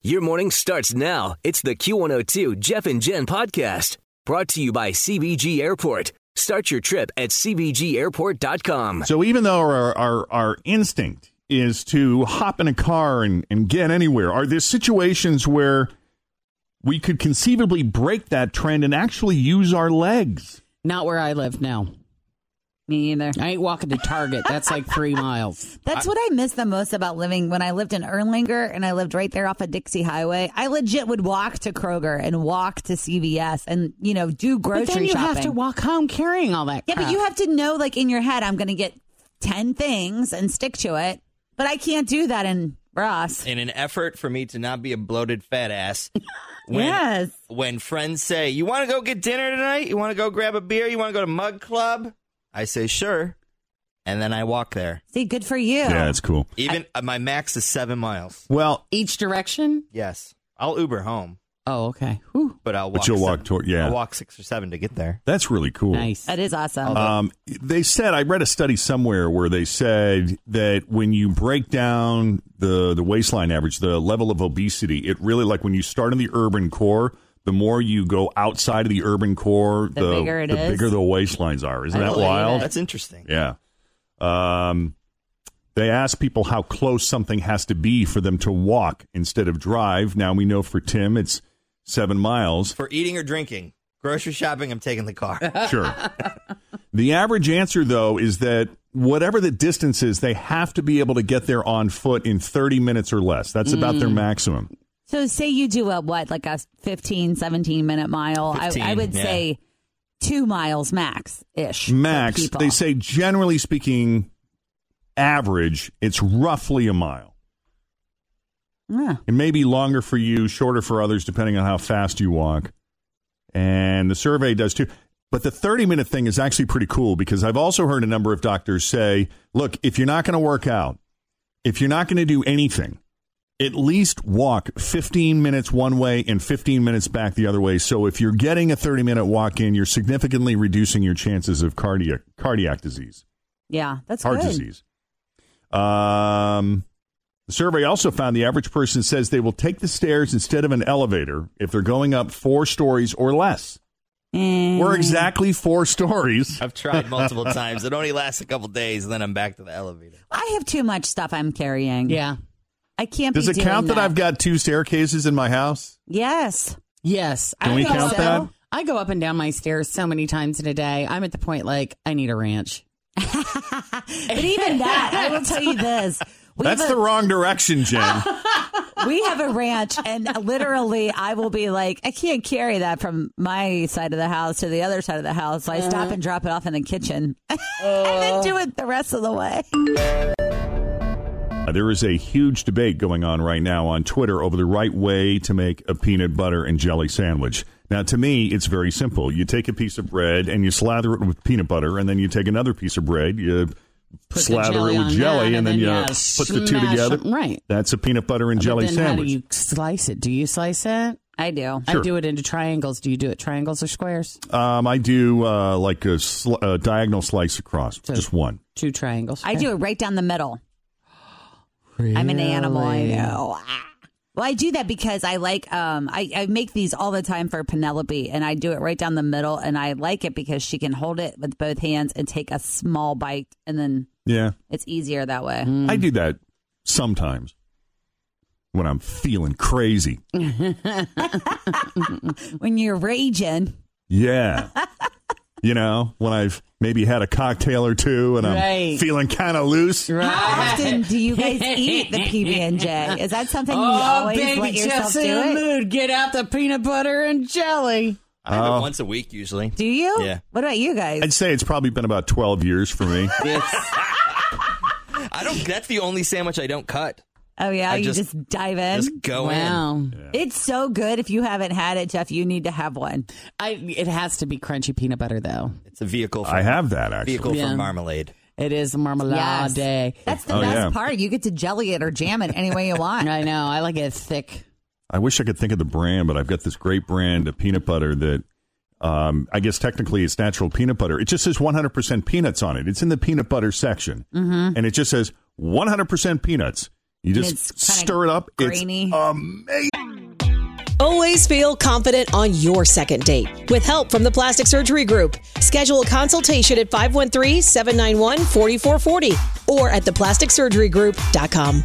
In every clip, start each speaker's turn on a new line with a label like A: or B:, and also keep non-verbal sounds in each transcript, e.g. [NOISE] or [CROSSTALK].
A: Your morning starts now. It's the Q102 Jeff and Jen podcast brought to you by CBG Airport. Start your trip at CBGAirport.com.
B: So even though our our, our instinct is to hop in a car and, and get anywhere, are there situations where we could conceivably break that trend and actually use our legs?
C: Not where I live now.
D: Me either.
C: I ain't walking to Target. That's like three miles.
D: That's what I miss the most about living when I lived in Erlanger and I lived right there off of Dixie Highway. I legit would walk to Kroger and walk to CVS and, you know, do
C: [LAUGHS]
D: grocery
C: But then you
D: shopping.
C: have to walk home carrying all that.
D: yeah, but
C: crap.
D: you have to know, like, in your head, I'm going to get 10 things and stick to it. But I can't do that in Ross.
E: [LAUGHS] in an effort for me to not be a bloated fat ass. When,
D: Yes.
E: When friends say, "You want to go get dinner tonight? You want to go grab a beer? You want to go to Mug Club?" I say, "Sure," and then I walk there.
D: See, good for you.
B: Yeah, it's cool.
E: Even uh, my max is seven miles.
B: Well,
C: each direction.
E: Yes, I'll Uber home,
C: Oh, okay. Whew.
E: but I'll walk.
B: But you'll walk
E: seven-
B: toward- yeah.
E: I'll walk six or seven to get there.
B: that's really cool.
C: Nice.
D: That is awesome.
B: Um, they said I read a study somewhere where they said that when you break down the the waistline average, the level of obesity, it really like when you start in the urban core, the more you go outside of the urban core,
D: The bigger it
B: the
D: is.
B: bigger the waistlines are. Isn't
D: I
B: that
D: believe
B: wild?
E: That's interesting.
B: Yeah. Um, they asked people how close something has to be for them to walk instead of drive. Now we know for Tim it's seven miles.
E: For eating or drinking, grocery shopping, I'm taking the car.
B: Sure. the average answer, though, is that whatever the distance is, they have to be able to get there on foot in 30 minutes or less. That's about their maximum.
D: So say you do a what, like a 15, 17 minute mile. I, I
E: 15,
D: would
E: yeah.
D: say two miles max ish.
B: Max, they say, generally speaking, average, it's roughly a mile. It may be longer for you, shorter for others, depending on how fast you walk. And the survey does too. But the 30 minute thing is actually pretty cool because I've also heard a number of doctors say look, if you're not going to work out, if you're not going to do anything, at least walk 15 minutes one way and 15 minutes back the other way. So if you're getting a 30 minute walk in, you're significantly reducing your chances of cardiac, cardiac disease
D: Yeah, that's
B: heart
D: good.
B: disease. Um, the survey also found the average person says they will take the stairs instead of an elevator if they're going up four stories or less.
D: Mm.
B: We're exactly four stories.
E: I've tried multiple times. It only lasts a couple days, and then I'm back to the elevator.
D: I have too much stuff I'm carrying.
C: Yeah.
D: I can't
B: Does
D: be
B: it count
D: doing
B: that I've got two staircases in my house?
D: Yes.
C: Yes.
B: Can we
C: go
B: count
C: up-
B: that?
C: I go up and down my stairs so many times in a day. I'm at the point like I need a ranch.
D: But even that, I will tell you this. We
B: That's
D: have a,
B: the wrong direction, Jen.
D: we have a ranch, and literally, I will be like, I can't carry that from my side of the house to the other side of the house. So I
B: Uh-huh.
D: stop and drop it off in the kitchen, [LAUGHS] and then do it the rest of the way.
B: Uh, There is a huge debate going on right now on Twitter over the right way to make a peanut butter and jelly sandwich. Now, to me, it's very simple. You take a piece of bread and you slather it with peanut butter, and then you take another piece of bread, you
C: Put the
B: slather
C: jelly
B: it
C: on
B: with jelly,
C: that,
B: and then you
C: yeah,
B: put the two
C: smash
B: together.
C: them. Right.
B: That's a peanut butter and
C: But
B: jelly
C: then How
B: sandwich.
C: do you slice it? Do you slice it?
D: I do.
C: I do it into triangles. Do you do it triangles or squares?
B: um, I do uh, like a, sl- a diagonal slice across,
C: So-
B: just one.
C: Two triangles.
D: I do it right down the middle. I'm an animal. I
C: Really?
D: know. Ah. Well, I do that because I like. Um, I, I make these all the time for Penelope, and I do it right down the middle, and I like it because she can hold it with both hands and take a small bite, and then
B: Yeah,
D: it's easier that way.
B: I
C: Mm.
B: do that sometimes when I'm feeling crazy.
D: When you're raging,
B: Yeah. you know, when I've maybe had a cocktail or two and I'm
C: Right.
B: feeling kind of loose.
D: how often do you guys eat the PB and J? Is that
C: Oh,
D: something you always let yourself do? It?
C: mood. Get out the peanut butter and jelly.
E: I have
B: Oh.
E: it once a week usually.
D: Do you?
E: Yeah.
D: What about you guys?
B: I'd say it's probably been about 12 years for me.
E: I don't. That's the only sandwich I don't cut.
D: Oh yeah,
E: I
D: you
E: just-
D: just, dive in.
E: Just go in.
C: Wow.
D: It's so good. If you haven't had it, Jeff, you need to have one.
C: I, it has to be crunchy peanut butter, though.
E: It's a vehicle. For,
B: I have that
E: vehicle
B: actually.
E: for
C: Yeah.
E: marmalade.
C: It is marmalade.
D: Yes. That's the
B: Oh,
D: best
B: yeah.
D: part. You get to jelly it or jam it any way you want.
C: I know. I like it thick.
B: I wish I could think of the brand, but I've got this great brand of peanut butter that um, I guess technically it's natural peanut butter. It just says 100% peanuts on it. It's in the peanut butter section, mm-hmm. and it just says 100% peanuts. You
D: it's
B: just
D: kinda
B: stir it up.
D: grainy.
B: It's amazing.
F: Always feel confident on your second date. With help from the Plastic Surgery Group, schedule a consultation at 513 791 4440 or at theplasticsurgerygroup.com.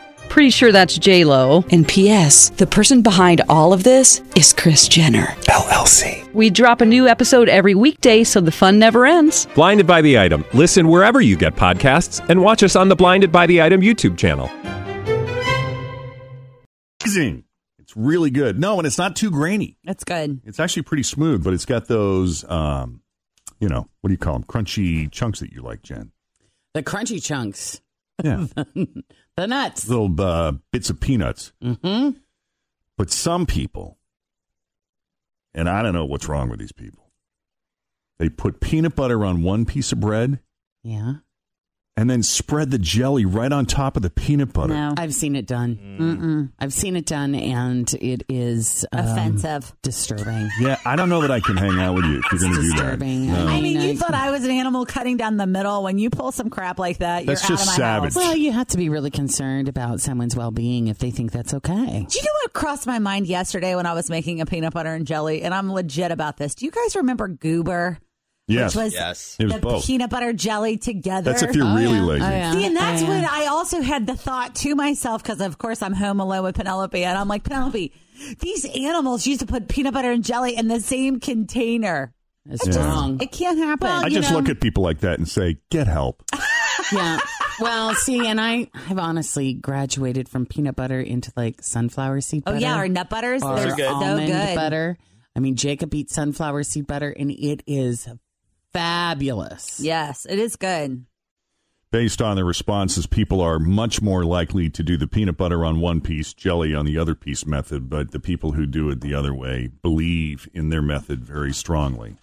G: Pretty sure that's J Lo.
F: And P.S. The person behind all of this is Chris Jenner.
H: LLC.
G: We drop a new episode every weekday, so the fun never ends.
H: Blinded by the item. Listen wherever you get podcasts, and watch us on the Blinded by the Item YouTube channel.
B: It's really good. No, and it's not too grainy.
D: That's good.
B: It's actually pretty smooth, but it's got those, um, you know, what do you call them? Crunchy chunks that you like, Jen.
C: The crunchy chunks. [LAUGHS]
B: Yeah.
C: The nuts.
B: little uh, bits of peanuts.
C: Mm-hmm.
B: But some people, and I don't know what's wrong with these people, they put peanut butter on one piece of bread
C: Yeah.
B: and then spread the jelly right on top of the peanut butter.
D: No,
C: I've seen it done.
B: Mm.
D: Mm-mm.
C: I've seen it done, and it is um,
D: offensive.
C: disturbing.
B: Yeah, I don't know that I can hang out with you if you're going to do that.
C: disturbing.
B: No.
D: I mean,
C: mean,
D: you
C: I-
D: thought I was an animal cutting down the middle. When you pull some crap like that,
B: That's
D: you're
B: just
D: out of my
B: savage.
D: house.
C: Well, you have to be really concerned about someone's well-being if they think that's okay.
D: Do you know what crossed my mind yesterday when I was making a peanut butter and jelly? And I'm legit about this. Do you guys remember Goober?
B: Yes,
D: Which was
E: Yes.
B: it was
D: the
B: both.
D: peanut butter jelly together.
B: That's if you're really
C: yeah.
B: lazy.
C: Oh, yeah.
D: See, and that's
C: Oh, yeah.
D: when I also had the thought to myself because, of course, I'm home alone with Penelope, and I'm like, Penelope, these animals used to put peanut butter and jelly in the same container.
C: It's
B: Yeah.
C: wrong.
D: It can't happen.
B: I
D: you
B: just
D: know?
B: look at people like that and say, get help.
C: yeah. Well, see, and I have honestly graduated from peanut butter into like sunflower seed
D: Oh
C: butter.
D: yeah, our nut butters.
C: or
D: They're so
C: almond
D: good.
C: butter. I mean, Jacob eats sunflower seed butter, and it is fabulous.
D: Yes, it is good.
B: Based on the responses, people are much more likely to do the peanut butter on one piece, jelly on the other piece method, but the people who do it the other way believe in their method very strongly.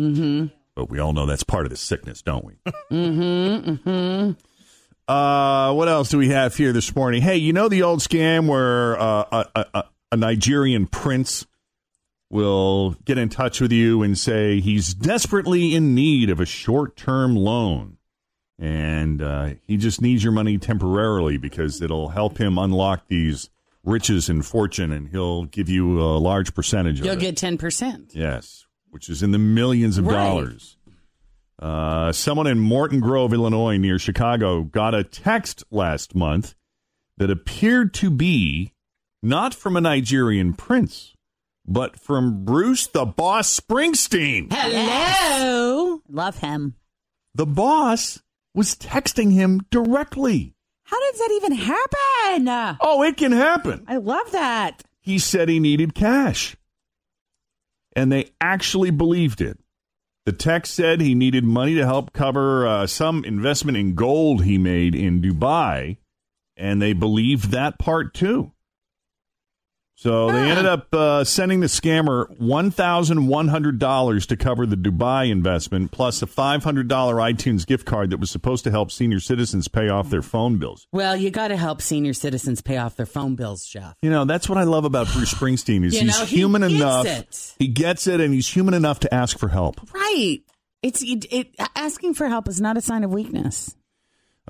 C: Mm-hmm.
B: But we all know that's part of the sickness, don't we?
C: [LAUGHS] Mm-hmm. Mm-hmm.
B: Uh, what else do we have here this morning? Hey, you know the old scam where uh, a, a- a, a Nigerian prince will get in touch with you and say he's desperately in need of a short term loan. And uh, he just needs your money temporarily because it'll help him unlock these riches and fortune, and he'll give you a large percentage
C: You'll
B: of it.
C: get ten percent.
B: Yes, which is in the millions of
C: Right.
B: dollars. Uh, someone in Morton Grove, Illinois, near Chicago, got a text last month that appeared to be not from a Nigerian prince, but from Bruce the Boss Springsteen.
C: Hello.
D: Love him.
B: The boss was texting him directly.
D: How does that even happen? I
B: Oh, it can happen.
D: love that.
B: He said he needed cash. And they actually believed it. The text said he needed money to help cover uh, some investment in gold he made in Dubai. And they believed that part too. So they ended up uh, sending the scammer $1,100 to cover the Dubai investment, plus a $500 iTunes gift card that was supposed to help senior citizens pay off their phone bills.
C: Well, you got to help senior citizens pay off their phone bills, Jeff.
B: You know, that's what I love about Bruce Springsteen is
C: You
B: he's
C: know, he
B: human
C: gets
B: enough.
C: it.
B: He gets it and he's human enough to ask for help.
C: Right. It's it, it asking for help is not a sign of weakness.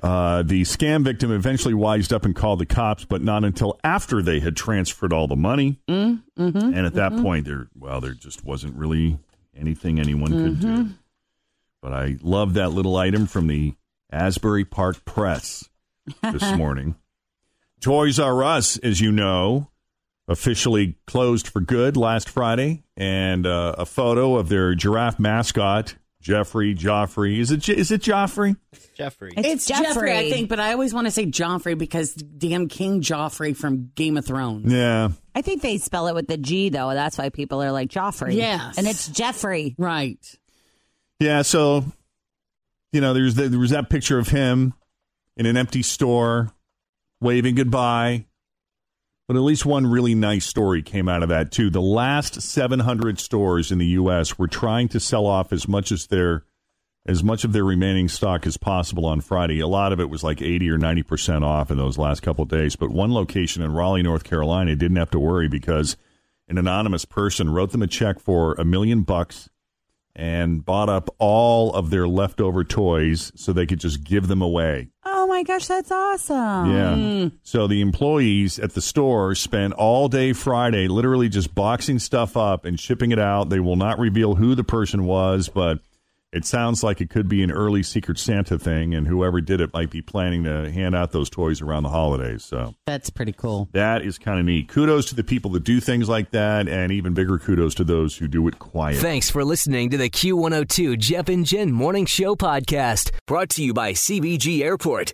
B: Uh, the scam victim eventually wised up and called the cops, but not until after they had transferred all the money. and at that point, there well, there just wasn't really anything anyone could do. But I love that little item from the Asbury Park Press this morning. Toys R Us, as you know, officially closed for good last Friday, and uh, a photo of their giraffe mascot Jeffrey, Joffrey. Is it J- is it Joffrey?
E: Jeffrey.
D: It's
C: Joffrey,
D: Jeffrey.
C: I think, but I always want to say Joffrey because damn King Joffrey from Game of Thrones.
B: Yeah.
D: I think they spell it with the G though. That's why people are like Joffrey.
C: Yes.
D: and it's Jeffrey.
C: Right.
B: Yeah, so you know, there's the, there was that picture of him in an empty store waving goodbye. But at least one really nice story came out of that too. The last 700 stores in the US were trying to sell off as much as their as much of their remaining stock as possible on Friday. A lot of it was like 80 or 90% off in those last couple of days, but one location in Raleigh, North Carolina didn't have to worry because an anonymous person wrote them a check for a million bucks and bought up all of their leftover toys so they could just give them away.
D: Oh my gosh, that's awesome.
B: Yeah. So the employees at the store spent all day Friday literally just boxing stuff up and shipping it out. They will not reveal who the person was, but it sounds like it could be an early Secret Santa thing, and whoever did it might be planning to hand out those toys around the holidays. So
C: That's pretty cool.
B: that is kind of neat. Kudos to the people that do things like that, and even bigger kudos to those who do it quietly.
A: Thanks for listening to the Q102 Jeff and Jen Morning Show podcast brought to you by CBG Airport.